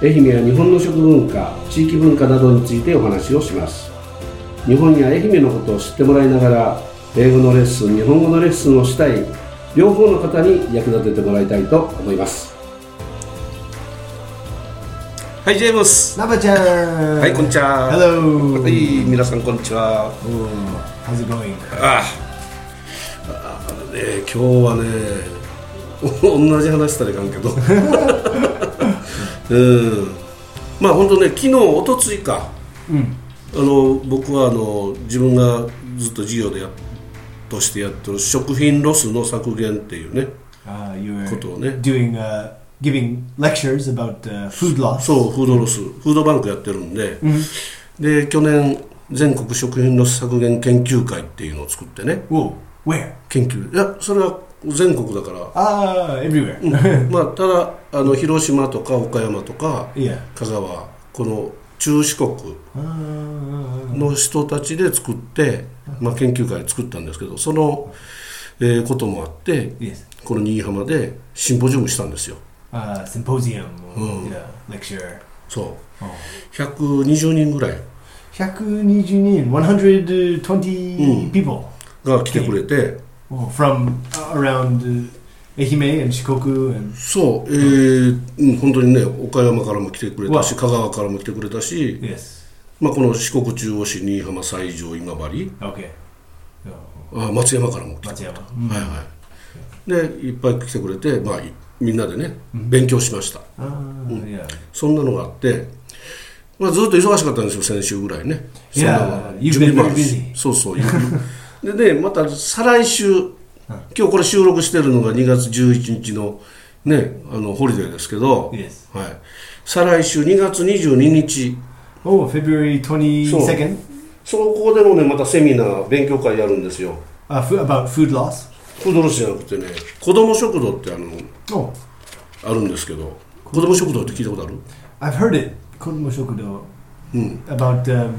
愛媛や日本の食文化地域文化などについてお話をします日本や愛媛のことを知ってもらいながら英語のレッスン日本語のレッスンをしたい両方の方に役立ててもらいたいと思いますはいジェームスナバちゃん。はいこんにちは Hello. はい皆さんこんにちは Oh, how's it going? あああのね今日はね お同じ話したらいかんけど うんまあ本当ね昨日一昨日か、あの僕はあの自分がずっと事業でやっとしてやってる食品ロスの削減っていうね Uh, you were ことをね doing uh, giving lectures about uh, food loss. そうフードロス、フードバンクやってるんで、で去年全国食品ロス削減研究会っていうのを作ってね Whoa, where? 研究いやそれは全国だから Ah, everywhere. まあ、ただあの広島とか岡山とか yeah. 香川この中四国 Ah, の人たちで作って、まあ、研究会作ったんですけどその、えーこともあって yes. この新居浜でシンポジウムしたんですよ Uh, symposium. Or, Oh. Yeah, lecture. そう、 Oh. 120人ぐらい120人, 120 Mm. people が来てくれて oh, from uh, around uh, Ehime and Shikoku and そう、えーうん、本当にね岡山からも来てくれたしわ香川からも来てくれたし、 yes. まあ、この四国中央市新居浜西条今治 Okay. Oh, あ松山からも来て Matsuyama. Mm. はいはい、でいっぱい来てくれて、まあ、いみんなでね勉強しました Ah, yeah. そんなのがあって、まあ、ずっと忙しかったんですよ先週ぐらいねいやそんなのが you've 準 been 備もあるし very busy そう そうでねまた再来週今日これ収録してるのが2月11日のねあのホリデーですけど、 Yes. はい、再来週2月22日 Oh, February 22nd? そのここでもねまたセミナー勉強会やるんですよ Uh, fu- about food loss? フードロスじゃなくてね子ども食堂ってあの Oh, あるんですけど子供食堂って聞いたことある I've heard it. Kodomo Shokudo. うん、 About, um,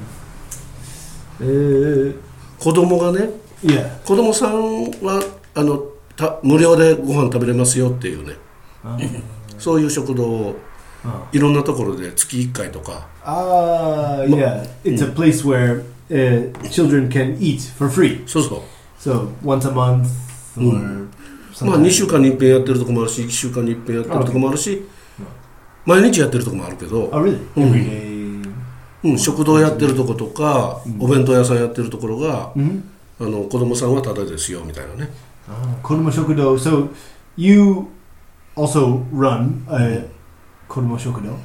uh, 子供がね yeah. 子供さんはあのた無料でご飯食べれますよっていうね Ah, そういう食堂を ah. いろんなところで月1回とか Ah, yeah. It's a place where uh, children can eat for free. そうそ So once a month or うまあ2 something. 週間に一遍やってるとこもあるし1週間に一遍やってるとこもあるし毎日やってるとこもあるけ Oh, ど、 really? Mm. Every day? うん、食堂やってるとことかうんお弁当屋さんやってるところが hmm あの子供さんはタダですよみたいなね Ah, Kodomo Shokudo. So you also run a Kodomo Shokudo?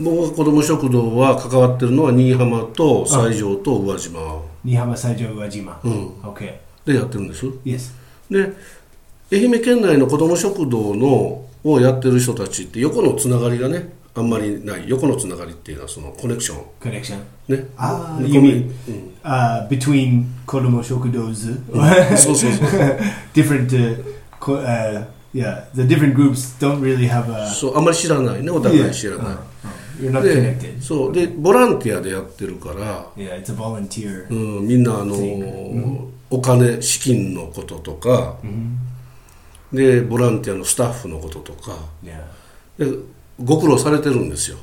僕が子供食堂は関わってるのは新居浜と西条と宇和島、 Nihama Saijo Uwajima. うん、 Okay. でやってるんです Yes. で愛媛県内の子ども食堂のをやってる人たちって横のつながりがねあんまりない横のつながりっていうのはそのコネクション Connection. ねあコーミ you mean- うん Uh, between Kodomo Shokudo's そうそうそう different, uh, co- uh, yeah, the different groups don't really have a. そうあんまり知らないねお互い知ら Yeah. な Uh, uh, you're not い、で connected. そうでボランティアでやってるから、 Yeah, it's a volunteer. うん、みんなあの、 Thing. お金資金のこととか hmm でボランティアのスタッフのこととか Yeah. でご苦労されてるんですよ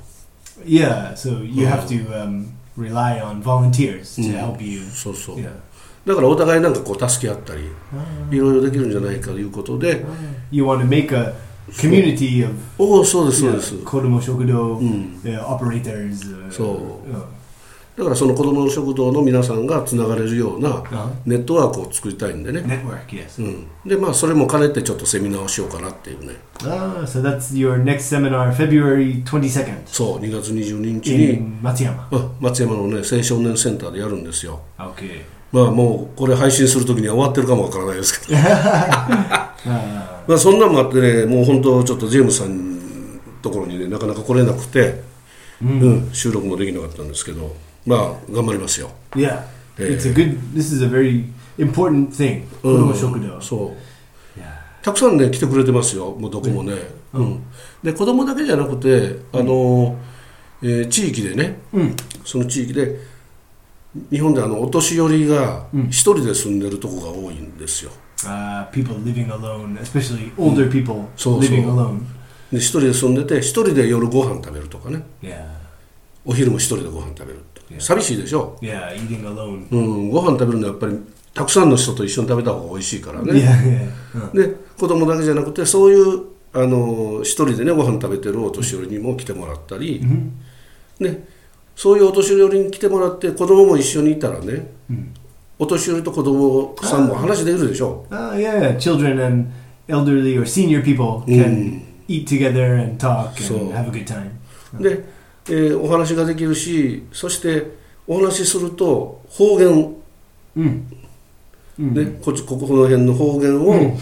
Yeah, so you have to um, rely on volunteers to Mm. help you. そうそう、 Yeah. だからお互いなんかこう助け合ったり Ah, いろいろできるんじゃないかということで You want to make a community of おおそうですそう yeah, です、 Kodomo Shokudo うん uh, operators. Uh, So- uh, だからその子どもの食堂の皆さんがつながれるような uh, ネットワークを作りたいんでね、 network, yes. うん、でまあそれも兼ねてちょっとセミナーをしようかなっていうね Ah, so that's your next seminar, February 22nd そう2月22日に、 in Matsuyama. あ松山のね青少年センターでやるんですよ Okay. まあもうこれ配信する時には終わってるかもわからないですけど Ah, まあそんなんもあってねもう本当ちょっとジェームさんのところにねなかなか来れなくて、 mm. うん、収録もできなかったんですけどまあ頑張りますよ Yeah, Yeah. Oh. it's a good. This is a very important thing. うん子供食堂。そう Yeah. たくさんね来てくれてますよもうどこもね、うんで子供だけじゃなくてあの、えー地域でねうん。その地域で日本であのお年寄りがうん一人で住んでるとこが多いんですよ Uh, people living alone, especially Hmm. older people そうそう。 living alone. で一人で住んでて一人で夜ご飯食べるとかね Yeah, お昼も一人でご飯食べるっていや寂しいでしょ、 yeah, eating alone. うん、ご飯食べるのはやっぱりたくさんの人と一緒に食べた方が美味しいからね、 Yeah, yeah. Uh, で子供だけじゃなくてそういうあの一人でねご飯食べてるお年寄りにも来てもらったり、 mhm. ね、そういうお年寄りに来てもらって子供も一緒にいたらね、うんお年寄りと子供さんも話できるでしょ Ah, yeah, yeah, children and elderly or senior people can eat together and talk Hmm. and So- have a good time. で、えーお話ができるしそしてお話しすると方言、 Mm. ね Mm. こっちここの辺の方言を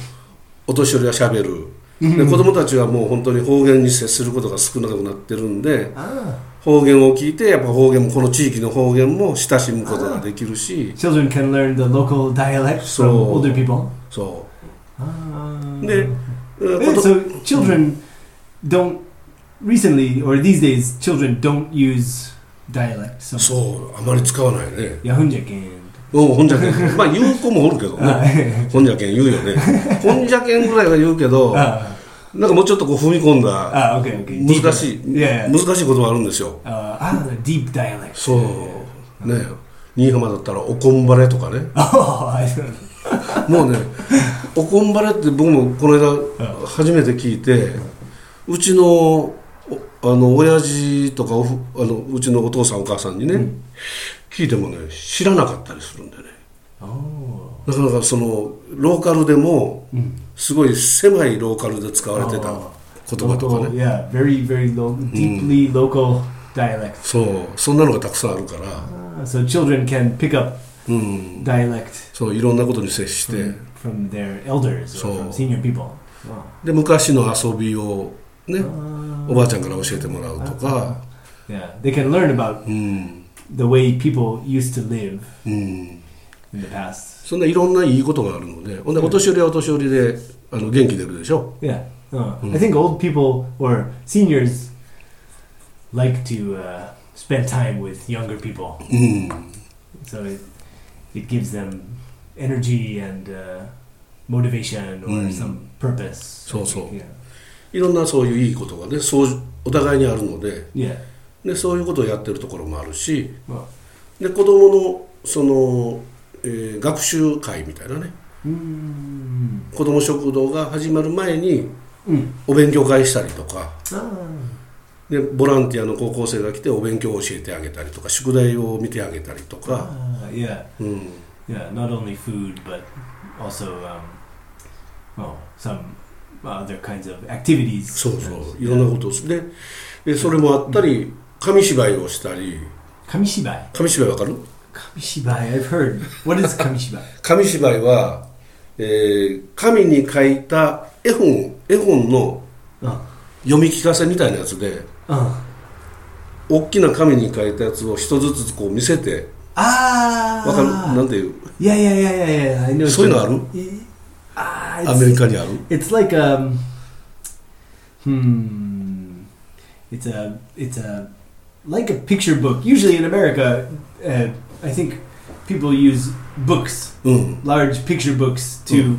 お年寄りがしゃべる、で子供たちはもう本当に方言に接することが少なくなってるんで Ah, 方言を聞いてやっぱ方言もこの地域の方言も親しむことができるし children can learn the local dialects from So- older people. そ Ah. うで、えー Yeah, こと so children don't recently or these days children don't use dialect. So そうあまり使わないね Yahunjakin. うん、ほんじゃけん。まあ言う子もおるけど Ah, ね。ほんじゃけん言うよね。ほんじゃけんぐらいは言うけ ど、 Ah, なんかもうちょっとこう踏み込んだ ah, okay, okay. 難しい、 Yeah. 難しいことがあるんですよ。 Uh, ah, the deep dialect. そう。ね新居浜だったらおこんばれとか ね。 Oh, I don't もうね、おこんばれって僕もこの間初めて聞いて、うちの、おあの、親父とかおふあの、うちのお父さんお母さんにね、聞いてもね、知らなかったりするんでね。 Oh. なかなかそのローカルでもすごい狭いローカルで使われてた言葉とか Local, ね yeah, very, very low, deeply local dialect. そうそんなのがたくさんあるから Ah, so children can pick up うん dialect そういろんなことに接して from their elders So- or from senior people. Wow. で昔の遊びをね Ah, おばあちゃんから教えてもらうとか yeah, they can learn about うん the way people used to live うん in the past. そんないろんないいことがあるのでほんでお年寄りはお年寄りであの元気出るでしょ Yeah, uh, Hmm. I think old people or seniors like to uh, spend time with younger people, うん so it it gives them energy and uh, motivation or Mm. some purpose. So- so. yeah, いろんなそういういいことがねそうお互いにあるので yeah. でそういうことをやってるところもあるし Well, で子供のその、えー学習会みたいなね mm, 子供食堂が始まる前に mm. お勉強会したりとか Ah. でボランティアの高校生が来てお勉強を教えてあげたりとか宿題を見てあげたりとか、 Ah, yeah, うん、 yeah. Not only food, but also, um, well, some other kinds of activities. そうそうい Yeah. ろんなことをすででそれもあったり紙芝居をしたり Kamishibai. 紙芝居わかる Kamishibai. I've heard. What is kamishibai? 紙芝居は、えー紙に書いた絵本絵本の Oh, 読み聞かせみたいなやつで oh. 大きな紙に書いたやつを一つずつこう見せて Ah. わかるなんていう Yeah, yeah, yeah, yeah, yeah. I know. what そういう you- のある Yeah. Ah, アメリ it's, カにある it's like um. Hmm. It's a it's a like a picture book. Usually in America, uh, I think people use books, うん。 large picture books, to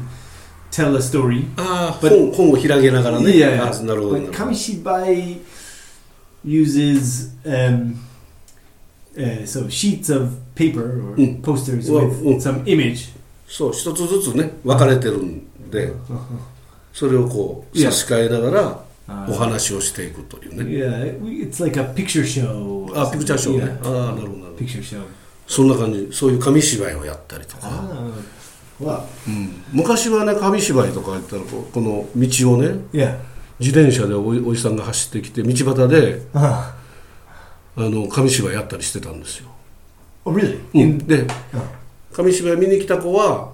tell a story. ああ、 But- 本本を開けながらね。いやいやあーなるほど。な But るほど Kamishibai uses um, uh, so sheets of paper or Mm. posters Well, with mm. some image. そう、一つずつね、分かれてるんで、それをこう、い差やし替えながら、 Uh, お話をしていくというね。 yeah, it- we- it's like a picture Oh, show. or あ、ピクチャーショー something, ね。ああ、なるほど、なる yeah. Oh. ほど。 Picture show. そんな感じ、そういう紙芝居をやったりとか。 Ah, wow. うん昔はね、紙芝居とかやったら、こうこの道をね、 Yeah. 自転車でおいおじさんが走ってきて、道端で、 Ah. あの、紙芝居やったりしてたんですよ。 oh, really? うんで Oh. 紙芝居見に来た子は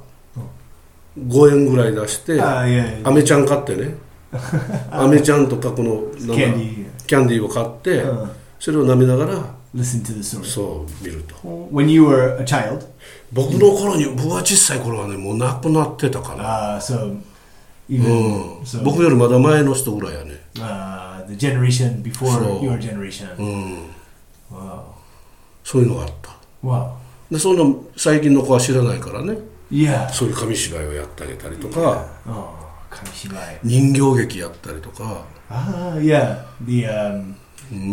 う5円ぐらい出して Ah, yeah. ア yeah. メちゃん買ってねアメちゃんとかこのなんか Candy. キャンディーを買って Uh, それを舐めながら listen to the story. そう見ると When you were a child, 僕の頃に僕が小さい頃はねもう亡くなってたから uh, so う even ん so, 僕よりまだ前の人ぐらいやね uh, the generation before So- your generation. うん Wow. そういうのがあった Wow. でそんな最近の子は知らないからね Yeah. そういう紙芝居をやってあげたりとか Oh, Kamishibai. 人形劇やったりとか Ah, yeah. The um,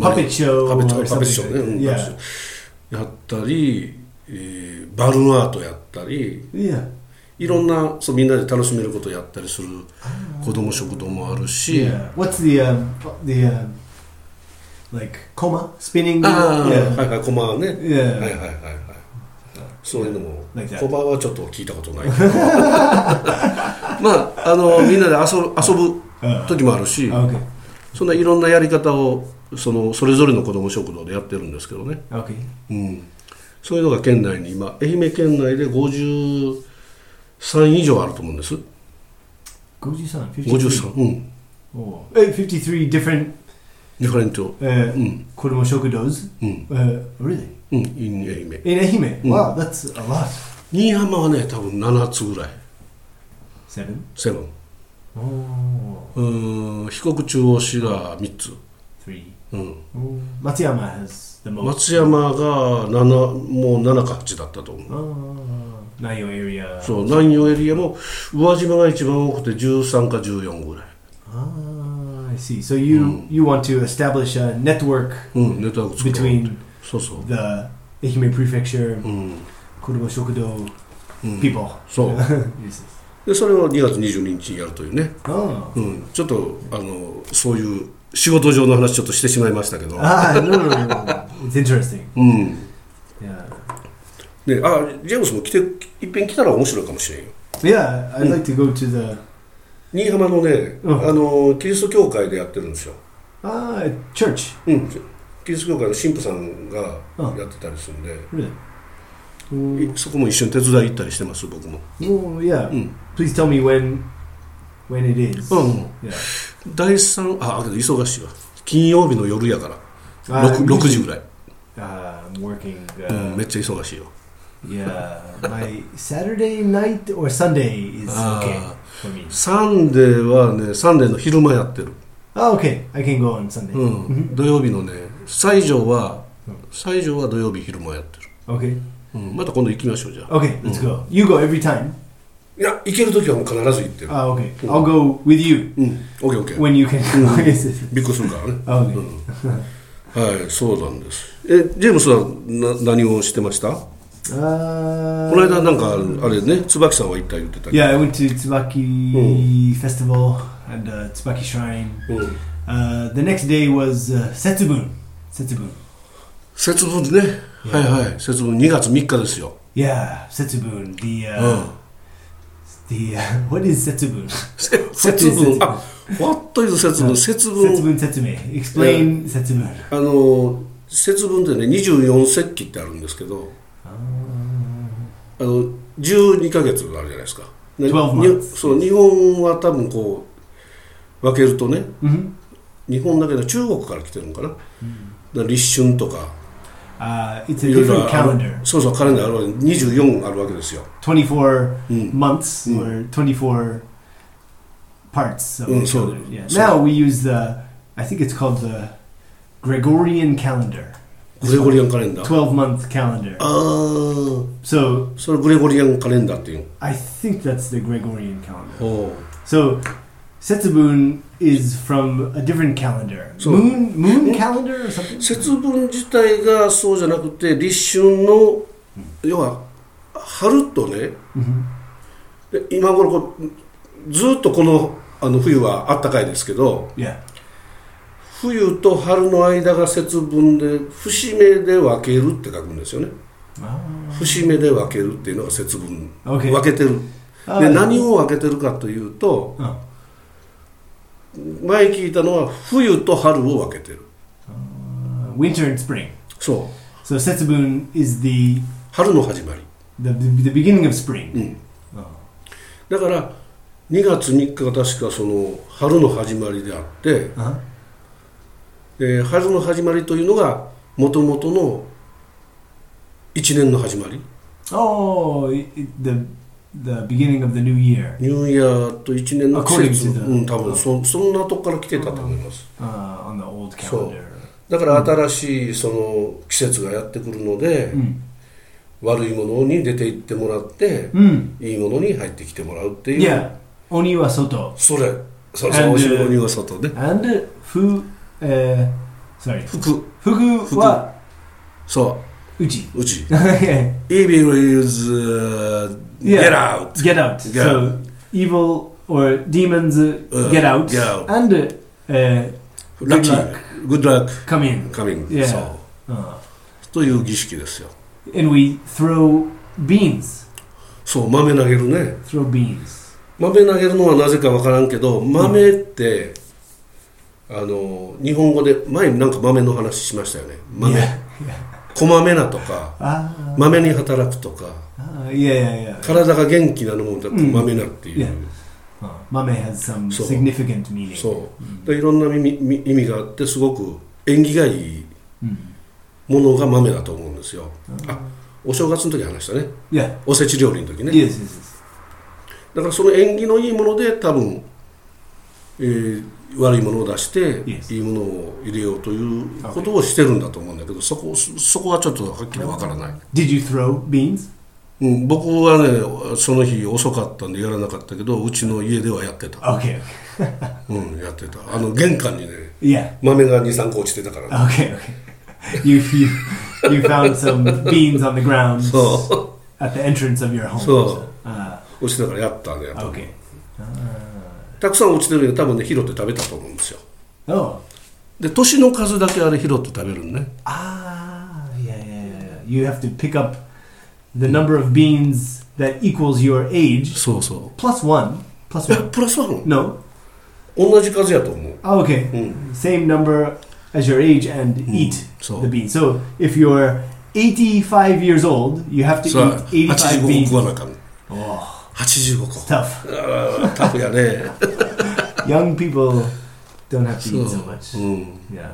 puppet パ show. ペチョ or パペ something チョ like ね、うん that. パペチ Yeah. ョやったり、えーバルーンアートやったり Yeah. いろんなそうみんなで楽しめることをやったりする子供食堂もあるし、 Yeah. What's the um, the um, like coma spinning? ああ、は yeah. いはい、コマはね、は Yeah. いはいはいはいそういうのも Like that. コマはちょっと聞いたことないけど まああのみんなで遊ぶ遊ぶ時もあるし、 Okay. そんないろんなやり方をそのそれぞれの子供食堂でやってるんですけどね Okay. うん、そういうのが県内に今愛媛県内で53以上あると思うんです Goju-san. 53うん Oh. Eh, 53 different ディファレント uh, うん Kodomo Shokudos. うん Uh, really? うん in 愛媛 In Mm. Ehime. Wow, that's a lot. 新居浜はね多分7つぐらい Seven. セブン Oh, うーん四国中央市が3つ、 three. うん、 Oh. Matsuyama has the most. 松山が7もう7か8だったと思う Oh. Nayo area. そう南洋エリアも宇和島が一番多くて13か14ぐらい、 Ah, I see. So you you want to establish a network うん、ネットワーク作ろう between そうそう、 the Ehime Prefecture, うん、 Kodomo Shokudo うん、 people. そう Yes. でそれを2月22日にやるというね Oh. うん、ちょっとあのそういう仕事上の話ちょっとしてしまいましたけど、 Ah, no, no, no, no, no. It's interesting. うん、 Yeah. であジェームスも来ていっぺん来たら面白いかもしれんよ Yeah, I'd Mm. like to go to the 新居浜のね、うんあのキリスト教会でやってるんですよ、 ah church. うん、キリスト教会の神父さんがやってたりするんで、 Really? いそこも一緒に手伝い行ったりしてます僕も、 Oh yeah. うん、 Please tell me when when it is. うん Yeah. 第3ああけど忙しいわ金曜日の夜やから Ah, 6, 6時ぐらい、 Uh, I'm working. うん、め Uh, っちゃ忙しいよ yeah, my Saturday night or Sunday is Ah. Uh, okay for me. サンデーはねサンデーの昼間やってる Oh, okay, I can go on Sunday. う Mhm. ん、土曜日のね西条はうん西条は土曜日昼間やってる、 Okay, うん、また今度行きましょうじゃあ okay, let's go. You go every time. いや行ける時はもう必ず行ってる Ah, okay, Mm. I'll go with you うん OKOK when you can. Mm. Yes, yes, yes. びっくりするからね Okay. はいそうなんですえジェームスはな何をしてましたこ Uh, の間なんかあれね椿さんは行った言ってたけど Yeah, I went to Tsubaki Hmm. Mm. Festival and uh, Tsubaki Shrine. うん、 Uh, the next day was uh, Setsubun. Setsubun. 節分ね、 Yeah. はいはい節分2月3日ですよ、 Yeah, Setsubun. The う uh, ん、 the uh, what is Setsubun? せ 節分あ What is 節分節分 Setsubun Setsume. Explain Setsubun. あの節分ってね24節気ってあるんですけど Ah. あの12ヶ月あるじゃないですか。ね12に months そう日本は多分こう分けるとね Mhm. 日本だけど中国から来てるのかなだから立春とか Uh, it's a いろいろ different ある calendar. そうそうカレンダーあるわけ24あるわけですよ、 24うん、 months Mm. or 24 parts of Mm, the so- calendar. Yeah. so- Now we use the, I think it's called the Gregorian calendar. グレゴリアンカレンダーあ12 month calendar. あー So それグレゴリアンカレンダーっていう I think that's the Gregorian calendar. お So Setsubun is from a different calendar. So- moon moon calendar or something? 節分自体がそうじゃなくて立春の要は春とね Mhm. で今頃こうずっとこのあの冬はあったかいですけど Yeah. 冬と春の間が節分で節目で分けるって書くんですよね Ah. 節目で分けるっていうのが節分 Okay. 分けてる Ah, で何を分けてるかというと Oh. 前聞いたのは冬と春を分けてる Uh, winter and spring. そう So Setsubun is the 春の始まり the, the, the beginning of spring. うん Oh. だから2月3日が確かその春の始まりであって Uh-huh. で春の始まりというのがもともとの一年の始まり Oh, it, it, the the beginning of the new year. ニューイヤーと一年の季節 According to the- うん多分そそんなとこから来てたと思います uh, on the old So- calendar. だから新しいその季節がやってくるので Mm. 悪いものに出て行ってもらって Mm. いいものに入ってきてもらうっていう Yeah, oni wa soto それそれ And, おしぼりは外で and fu. Uh, sorry, 服 fugu wa そ uchi. ううち Okay, Evil is uh, Yeah. get out get out. Get so evil or demons uh, Uh, get out. get out. And uh, uh, Good luck. lucky good luck come in. coming Yeah. そう Uh, という儀式ですよ and we throw beans. そう豆投げるね Throw beans. 豆投げるのはなぜか分からんけど豆って、あの日本語で前になんか豆の話しましたよね豆 Yeah. 小豆なとか Ah, 豆に働くとか ah, yeah, yeah, yeah. 体が元気なのもだってうん豆なっていう、 Uh, mame has some So- significant meaning. そうでいろんな意味み意味があってすごく縁起がいい Mm. ものが豆だと思うんですよあお正月の時話したね Yeah. おせち料理の時ね Yes, yes, yes. だからその縁起のいいもので多分、えー悪いものを出して Yes. いいものを入れようということをしてるんだと思うんだけどそこそそこはちょっとはっきりわからない、 Did you throw beans? うん、僕はねその日遅かったんでやらなかったけどうちの家ではやってた、 Okay. okay. うん、やってたあの玄関にね Yeah. 豆が23個落ちてたから、 Okay. Okay. you you you found some beans on the ground そ at the entrance of your home. So- Uh, う落ちてたからやったねやっぱ okay. Ah. たくさん落ちてるけど多分ね拾って食べたと思うんですよ oh. で年の数だけあれ拾って食べるのね Ah. Yeah, yeah, yeah. yeah. You have to pick up the number of beans that equals your age そうそ plus one. Plus うえ one. プラスワン No. 同じ数やと思う Oh, okay. うん same number as your age and eat so- the beans. So if you're 85 years old, you have to さあ eat 85 85個 beans. 食わなあかん Oh, 85 it's 個 tough. あータフやね Young people don't have to eat so mm-hmm. う much. ん Yeah.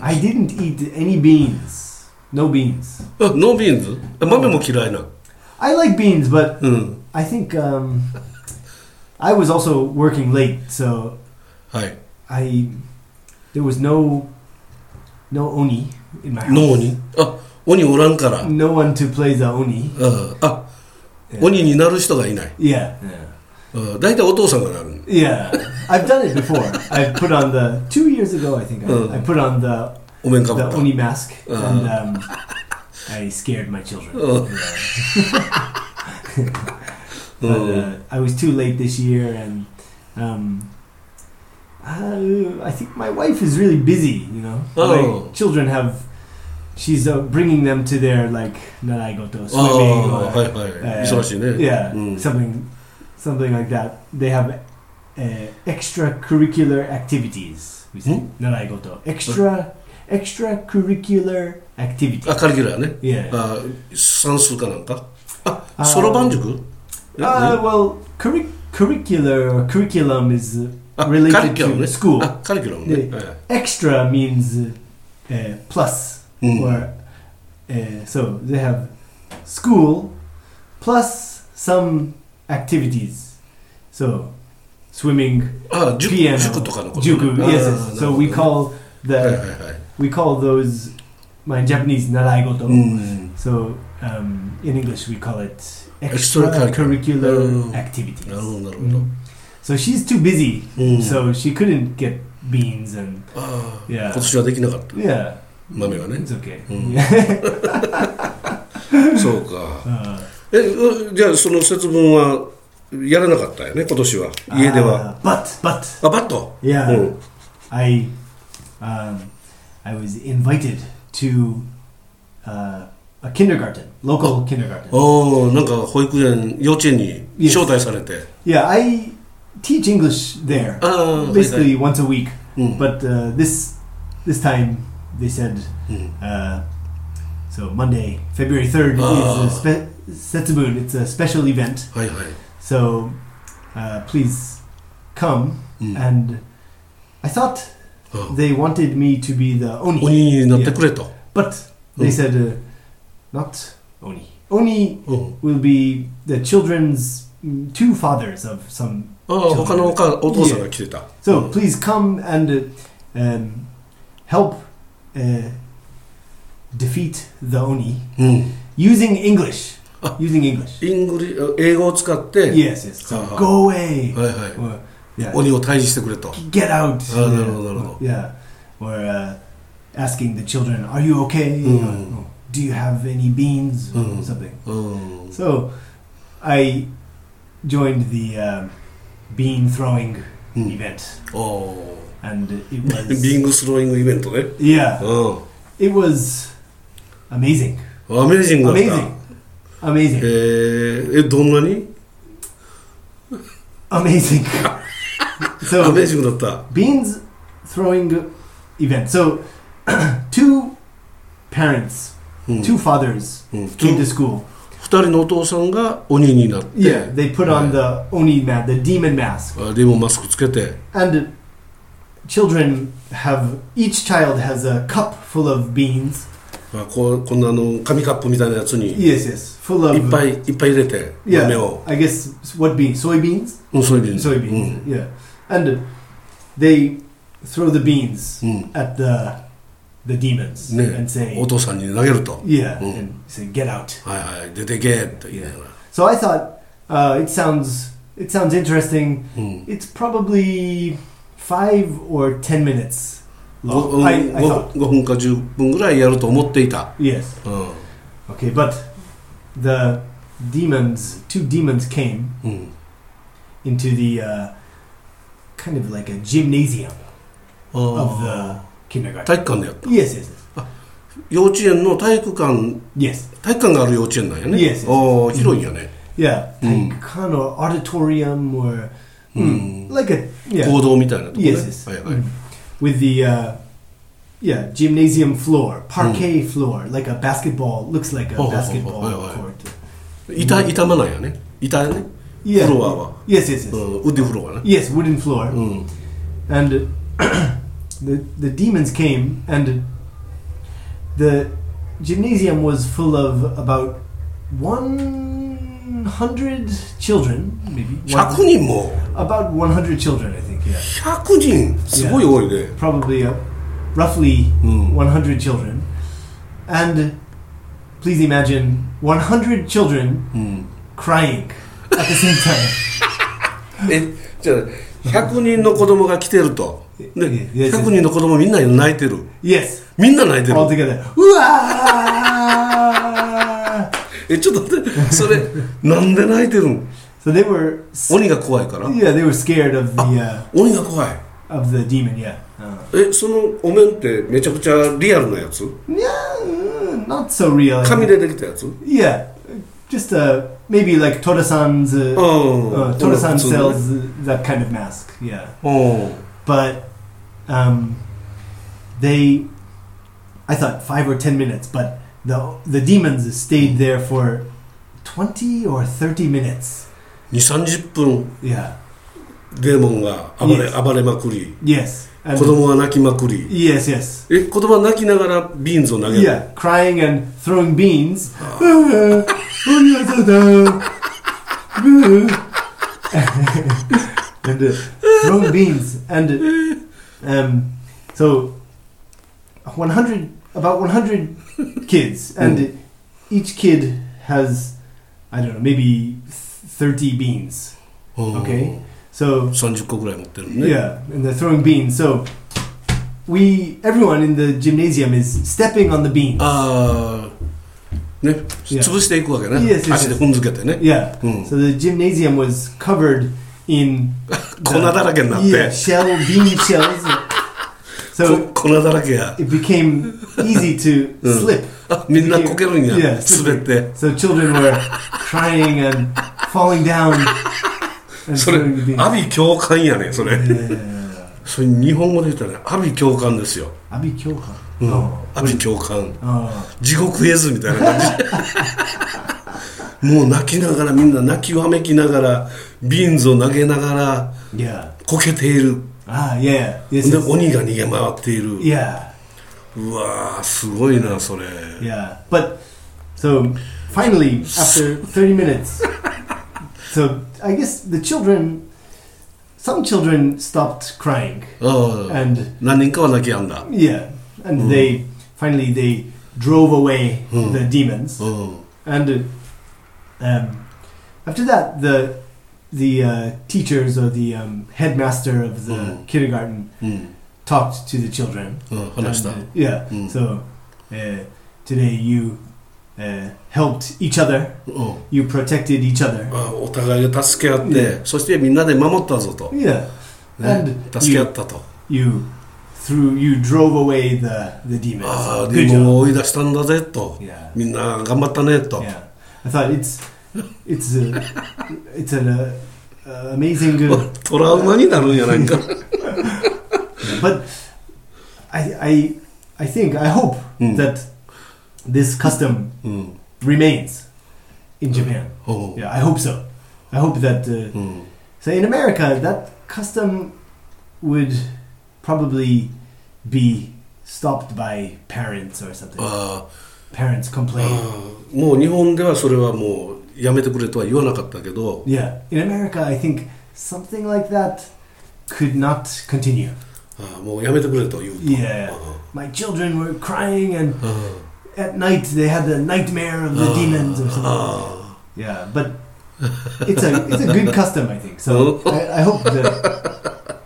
I didn't eat any beans. No beans. あノービーンズあ豆も嫌いな I like beans, but うん I think um, I was also working late, so はい I there was no no oni in my house. 脳にあ鬼おらんから、うん、 No one to play the oni. あ Yeah. 鬼になる人がいない Yeah. yeah. うん大体お父さんがなる Yeah, I've done it before. I put on the two years ago. I think Mm. I, I put on the お面かぶ the った oni mask and Uh. um, I scared my children. Oh. Yeah. but uh, Mm. I was too late this year, and um, I, I think my wife is really busy. You know, Oh. my children have. She's uh, bringing them to their like naraigoto ああ swimming or はいはい、えー忙しいね yeah, うん something, something like that. They have uh, extracurricular activities. We say Hmm? 習い事 extra extracurricular あ activities. カリキュラーね Yeah. あ算数かなんかああーそろばん塾 Uh, well, curri- curricular curriculum is uh, あカリ related キュラム to ね school. あカリキュラムね、ではい extra means uh, uh, plus, うん、 or uh, so they have school plus some activities. So swimming. あ塾 piano. 塾とかのこと Juku, あーなる yes, ほ yes. ど So we は call いはい the はい we call those my Japanese naraigoto. Mm. うん、 So um, in English we call it Extracurricular. extracurricular Oh. Mm. activities. なるほどなるほ Mm. So she's too busy, ど、うん so she couldn't get beans and ああ Yeah. 今年はできなかった、 yeah, 豆はね it's okay. Mm. Yeah. そうか え Uh, うじゃあその節分はやらなかったよね今年は家では uh, but but あバット yeah, うん I um, I was invited to uh, a kindergarten, local kindergarten. おーなんか保育園幼稚園に Yes. 招待されて Yeah, I teach English there ああ basically once a week, うん but uh, this this time they said うん uh, so Monday, February third Ah. is a spe- Setsubun. It's a special event, はいはい、 so uh, please come. うん And I thought they wanted me to be the oni. 鬼になってくれと。 But they Mm. said, uh, not oni. Oni うん。 will be the children's mm, two fathers of some. ああ、他のおかお父さんが来てた。 So うん please come and uh, um, help uh, defeat the oni うん。 using English. Ah. Using English. イングリ英語を使って、 Yes, yes. So Ah. go away. はいは Or, yeah. い。鬼を退治してくれと。 get Ah, out. yeah. no, no, no, no. Yeah. Or uh, asking the children, are you okay? Mm. Or, "Oh, Do you have any beans? Or Mm. Something. うん。 So I joined the um, bean throwing Mm. event. お And it ービ was. ングスローイングイベントね。 yeah. う It was amazing. ん。アメージングだった。 Amazing. Amazing. えー、え、どんなに Amazing. アメー so, ジングだっ beans throwing event. So, two parents, た。うん。 two fathers うん、 came to 二 school. 人のお父さんが鬼になって、 Yeah, they put on the Oni mask, the demon mask. あでもマスクつけて、 And children have, each child has a cup full of beans. あこうこんなあの紙カップみたいなやつにいっ Yes, yes, full of. ぱいいっぱい入れて、豆 Yeah, を、 I guess what beans? Soybeans? うん、そういう Mm. ビーンズ Soybeans, yeah. And they throw the beans うんうん at the the demons ね and say, お父さんに投げると、 yeah, Mm. and say, get out. はいはい、出てけって言いながら、 So I thought uh, it sounds it sounds interesting. うん、 It's probably five or ten minutes ご long. うん I, I ご thought. 5分か10分ぐらいやると思っていた、 Yes. うん Okay, but the demons, two demons came うん、 into the uh, kind of like a gymnasium あ of ー the kindergarten. 体育館でやった、 Yes, yes, yes. 幼稚園の体育館、 Yes. 体育館がある幼稚園なんやね、 Yes, yes, yes. ああ広いんやね、 Yeah. Mm. Like kind of auditorium or mm, Mm. like a yeah. 行動みたいなとこね、 Yes, yes. はいはい、 Mm. With the uh, yeah gymnasium floor, parquet floor, like a basketball looks like a Mm. Oh, oh, oh, basketball oh, oh, oh. court. 板板間なんやね板ね、 Yeah. フロアは、 Yes, yes, yes. うん、ウッディフロアね、 Yes, wooden floor. うん、 And the the demons came, and the gymnasium was full of about one hundred children, maybe 100 One- 人も about one hundred children, I think. Yeah, 100人すごい多いね、 probably uh, roughly Mm. one hundred children. And please imagine one hundred children うん、 crying at the same time. えじゃあ100人の子供が来てるとでいや100人の子供みんな泣いてる Yes, みんな泣いて all る together. Ooh-ah! えちょっと待ってそれなんで泣いてるん So they were, s- 鬼が怖いから yeah, they were scared of the uh, 鬼が怖い of the demon. Yeah, uh, えそのお面ってめちゃくちゃリアルなやつ yeah, mm, not so real. I 紙 think. でできたやつ Yeah, just uh, maybe like Torasan's uh, あ uh, あ Torasan 普通のね sells uh, that kind of mask. Yeah, うん but um, they, I thought five or ten minutes, but the the demons stayed there for twenty or thirty minutes. 230分 Yeah. デーモンが暴れ Yes. 暴れまくり Yes. 子 And 供は泣きまくり yes. え Yes. 子供は泣きながらビーンズを投げる Yeah, crying and throwing beans. uh, and uh, throwing beans and uh, um, so 100 about 100 kids and each kid has I don't know maybe 30 beans. うん Okay. So 30個ぐらい持ってるね yeah, and they're throwing beans. So we everyone in the gymnasium is stepping on the beans. ああね Yeah. 潰していくわけね Yes, yes, 足で踏んづけてね Yeah. Mm. So the gymnasium was covered in 粉だらけになって、 yeah, shell bean shells. So こ粉だらけや it became easy to Mm. slip. あみんなこけるんや Yeah, 滑って So children were crying and falling down. And それ throwing the beans. 阿鼻教官やねそれ Yeah. それ日本語で言ったらね阿鼻教官ですよ Abi Kyoka. うん Oh. 阿鼻教官 Oh. 地獄絵図みたいな感じ もう泣きながらみんな泣きわめきながらビーンズを投げながら Yeah. こけている Ah, yeah. This で is, 鬼が逃げ回っている yeah, うわーすごいなそれ yeah. But so finally, after 30 minutes, so I guess the children, some children stopped crying, ああ and 何人かは泣き止んだ yeah, and they finally they drove away the demons. うん And uh, um, after that, the the uh, teachers or the um, headmaster of the Mm. kindergarten うん、 talked to the children. うん、話した And, uh, yeah. Mm. So uh, today you uh, helped each other. うん You protected each other. あお互いが助け合って、ねそしてみんなで守ったぞと、 Yeah. ね And、助け合っ you, たと you through you drove away the the Ah, demons. ああ Good リボンを job. 追い出したんだぜと Yeah. みんな頑張ったねと、 Yeah, I thought it's it's a it's an uh, uh, amazing good, トラウマになるんやないか but I I I think I hope Mm. that this custom うん、 remains in Japan. おう Yeah, I hope so. I hope that uh, うん、 so in America that custom would probably be stopped by parents or something. ああ Parents あ complain. あもう日本ではそれはもうやめてくれとは言わなかったけど Yeah, in America, I think something like that could not continue. ああもうやめてくれと言うと Yeah. My children were crying, and ああ at night they had the nightmare of the Uh. demons or something. あ Yeah, but it's a it's a good custom, I think. So I, I hope that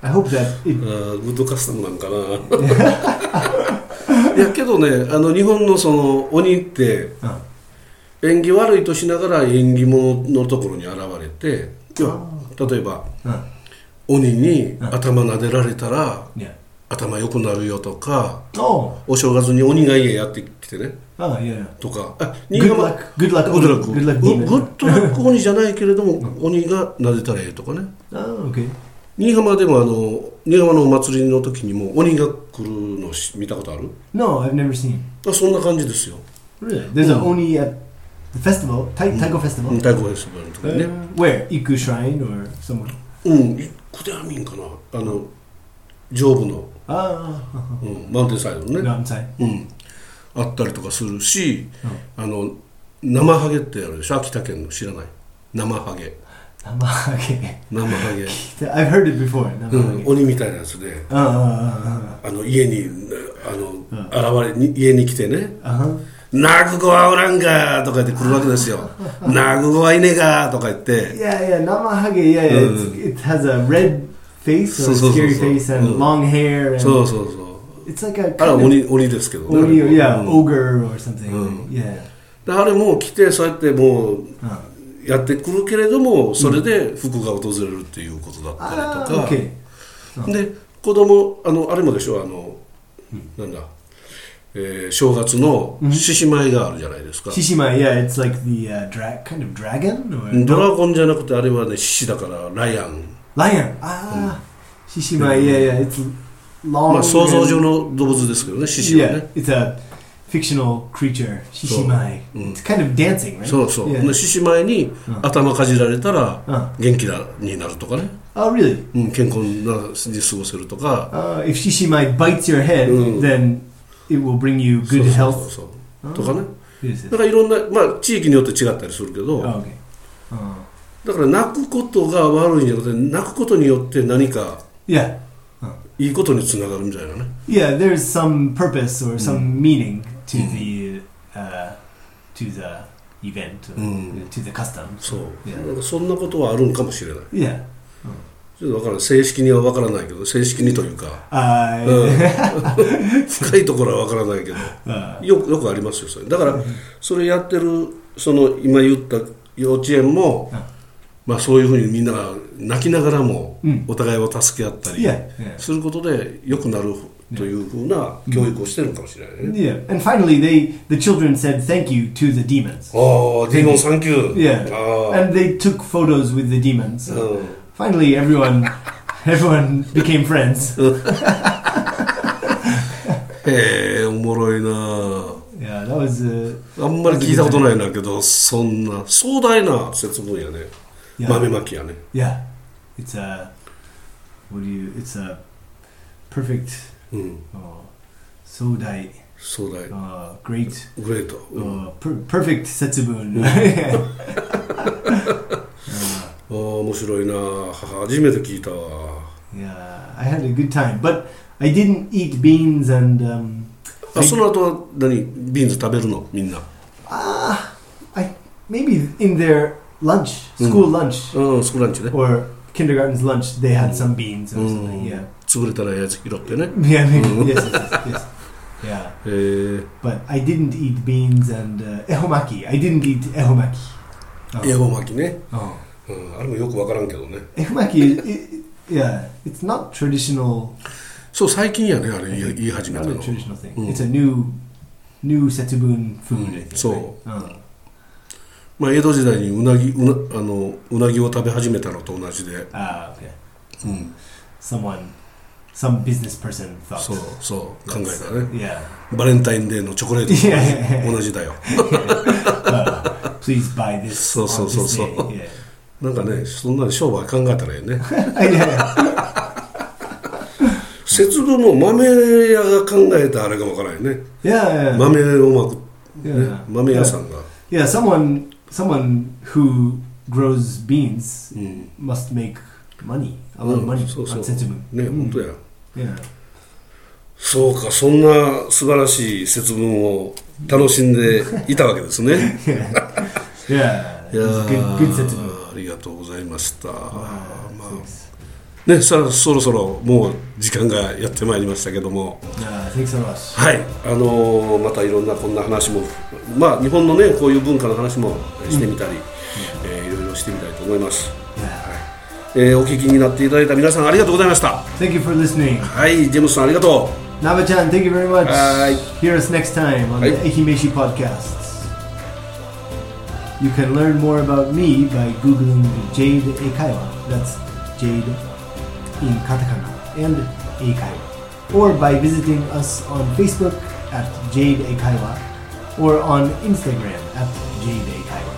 I hope that あ it. グッドカスタムなんか ないやけどねあの日本のその鬼って uh, 縁起悪いとしながら縁起物のところに現れて要は例えば Uh, 鬼にうん頭撫でられたら yeah. 頭良くなるよとか Oh. お正月に鬼が家やってきてね Oh yeah. とかあ Good luck. Good luck. グッドラック Good グ luck. ッ Demon. ドラック鬼じゃないけれども鬼が撫でたらええとかね Oh okay. 新居浜でもあの新居浜のお祭りの時にも鬼が来るのし見たことある No, I've never seen. あそんな感じですよ Really? Hmm. There's a oni at uh, the festival, Tai- Taiko 太鼓フ Festival. ェスティバルの時 Uh, にね Where? Iku Shrine or somewhere? うんいこであみんかなあの上部の、 Ah, うん、マウンテンサイドのね no, I'm sorry. うん、あったりとかするし、あの生ハゲってあるでしょ秋田県の知らない生ハゲ Namahage. 生ハゲ、 I've heard it う before. ん、 Namahage. 鬼みたいなやつで Uh, uh, あの家にあの、現れに家に来てね uh, uh-huh. 「泣く子はおらんか」とか言って来るわけですよ「泣く子はいねえか」とか言って Yeah, yeah, Namahage. Yeah, yeah. It's, it has a red face, or So, so, so, scary so. face, and Mm. long hair. And そうそうそう It's like a あれは kind of 鬼鬼ですけど oni- あ Hmm. れも yeah, うん ogre or something. Yeah. であれも来てそうやってもう Uh. やってくるけれどもそれで服が訪れるっていうことだったりとか、Ah, okay. で子供あのあれもでしょあの、なんだ、えー正月の獅子舞があるじゃないですか、 Shishima, yeah, it's like the uh, dra- kind of dragon or ドラゴンじゃなくてあれはね獅子だからライアン Mm. lion. Ah, Shishima, yeah, yeah, it's long. まあ想像 and- 上の動物ですけどね獅子は Yeah, ね it's a fictional creature, Shishimai. Mm. It's kind of dancing, right? そうそう、 Yeah. で獅子舞にうん頭かじられたらうん元気なになるとかね、 Oh, really? うん、健康なに過ごせるとか Uh, if Shishimai bites your head, Mm. then it will bring you そう good そう health. そうそうとかね Yes, yes. だからいろんな、まあ、地域によって違ったりするけど、 Oh, okay. Uh, だから泣くことが悪いんじゃなくて泣くことによって何か yeah, いいことにつながるみたいなね yeah. There's some purpose Mm. or some meaning to the uh, to the event or Mm. to the customs. そう、 Yeah. なんかそんなことはあるんかもしれない Yeah. ちょっとわからない正式にはわからないけど正式にというか Uh, 深いところはわからないけど uh, よくよくありますよそれだからそれやってるその今言った幼稚園もうん、まあ、そういうふうにみんなが泣きながらもうんお互いを助け合ったり yeah, yeah. することで良くなるというふうな教育をしてるのかもしれないね、 Yeah, and finally, they the children said thank you to the demons, ああディモンサンキュー Yeah. ああ and they took photos with the demons. うん Finally, everyone everyone became friends. へえおもろいな Yeah, that was uh, あんまり聞いたことないんだけどそんな壮大な節分やね yeah, 豆まきやね yeah. It's uh, what do you? It's a perfect うん、 uh, sodai 壮大 uh, great グレート、うんあ uh, per- perfect setsubun. uh, あ面白いな初めて聞いたわ yeah, I had a good time, but I didn't eat beans and um, あその後は何ビーンズ食べるのみんな ah, I maybe in their lunch, Mm. school lunch うんスクランチね or kindergarten's lunch, they had some beans or うん something. Yeah, 潰れたらやつ拾ってね yeah, Mm. maybe. yes, yes, yes, yes. yeah. へえ But I didn't eat beans and uh, ehomaki. I didn't eat ehomaki. 英語巻きね、 Oh. うん、あれもよく分からんけどね Ehumaki, i i yeah, it's not traditional. そう最近やねあれ言い言い始め Not た a の traditional thing. Mm. It's a new, new setsubun food. I think, So- right? Uh, まあ、江戸時代にうなぎうなあのうなぎを食べ始めたのと同じで、 ah, okay. うん、 Someone, some business person thought. そうそう考えたらね Yeah. バレンタインデーのチョコレートいやいやいとや同じだよ Uh, please buy this So- on so- this so- so. day. Yeah. なんかねそんなに商売考えたらええね yeah, yeah. 節分も豆屋が考えたあれがわからないね Yeah, yeah. 豆をまく、ね Yeah.、豆屋さんが、 Yeah, someone, someone who grows beans うん、 must make money, a lot of うん money そうそう on setsubun. ね本当や、 Yeah. そうかそんな素晴らしい節分を楽しんでいたわけですね yeah. Yeah. いや It's good, good setsubun. ーありがとうございました、まあ Thanks. ね、さあそろそろもう時間がやってまいりましたけども Yeah, thanks a lot. はいあのーまたいろんなこんな話もまあ日本のねこういう文化の話もえーしてみたり、えーいろいろしてみたいと思います、 Yeah. えーお聞きになっていただいた皆さんありがとうございました Thank you for listening. はいジェームスさんありがと Nava-chan, thank you very much. Bye. Hear us next time on the Bye. Ekimeshi podcasts. You can learn more about me by googling Jade Eikaiwa. That's Jade in katakana and Eikaiwa. Or by visiting us on Facebook at Jade Eikaiwa or on Instagram at Jade Eikaiwa.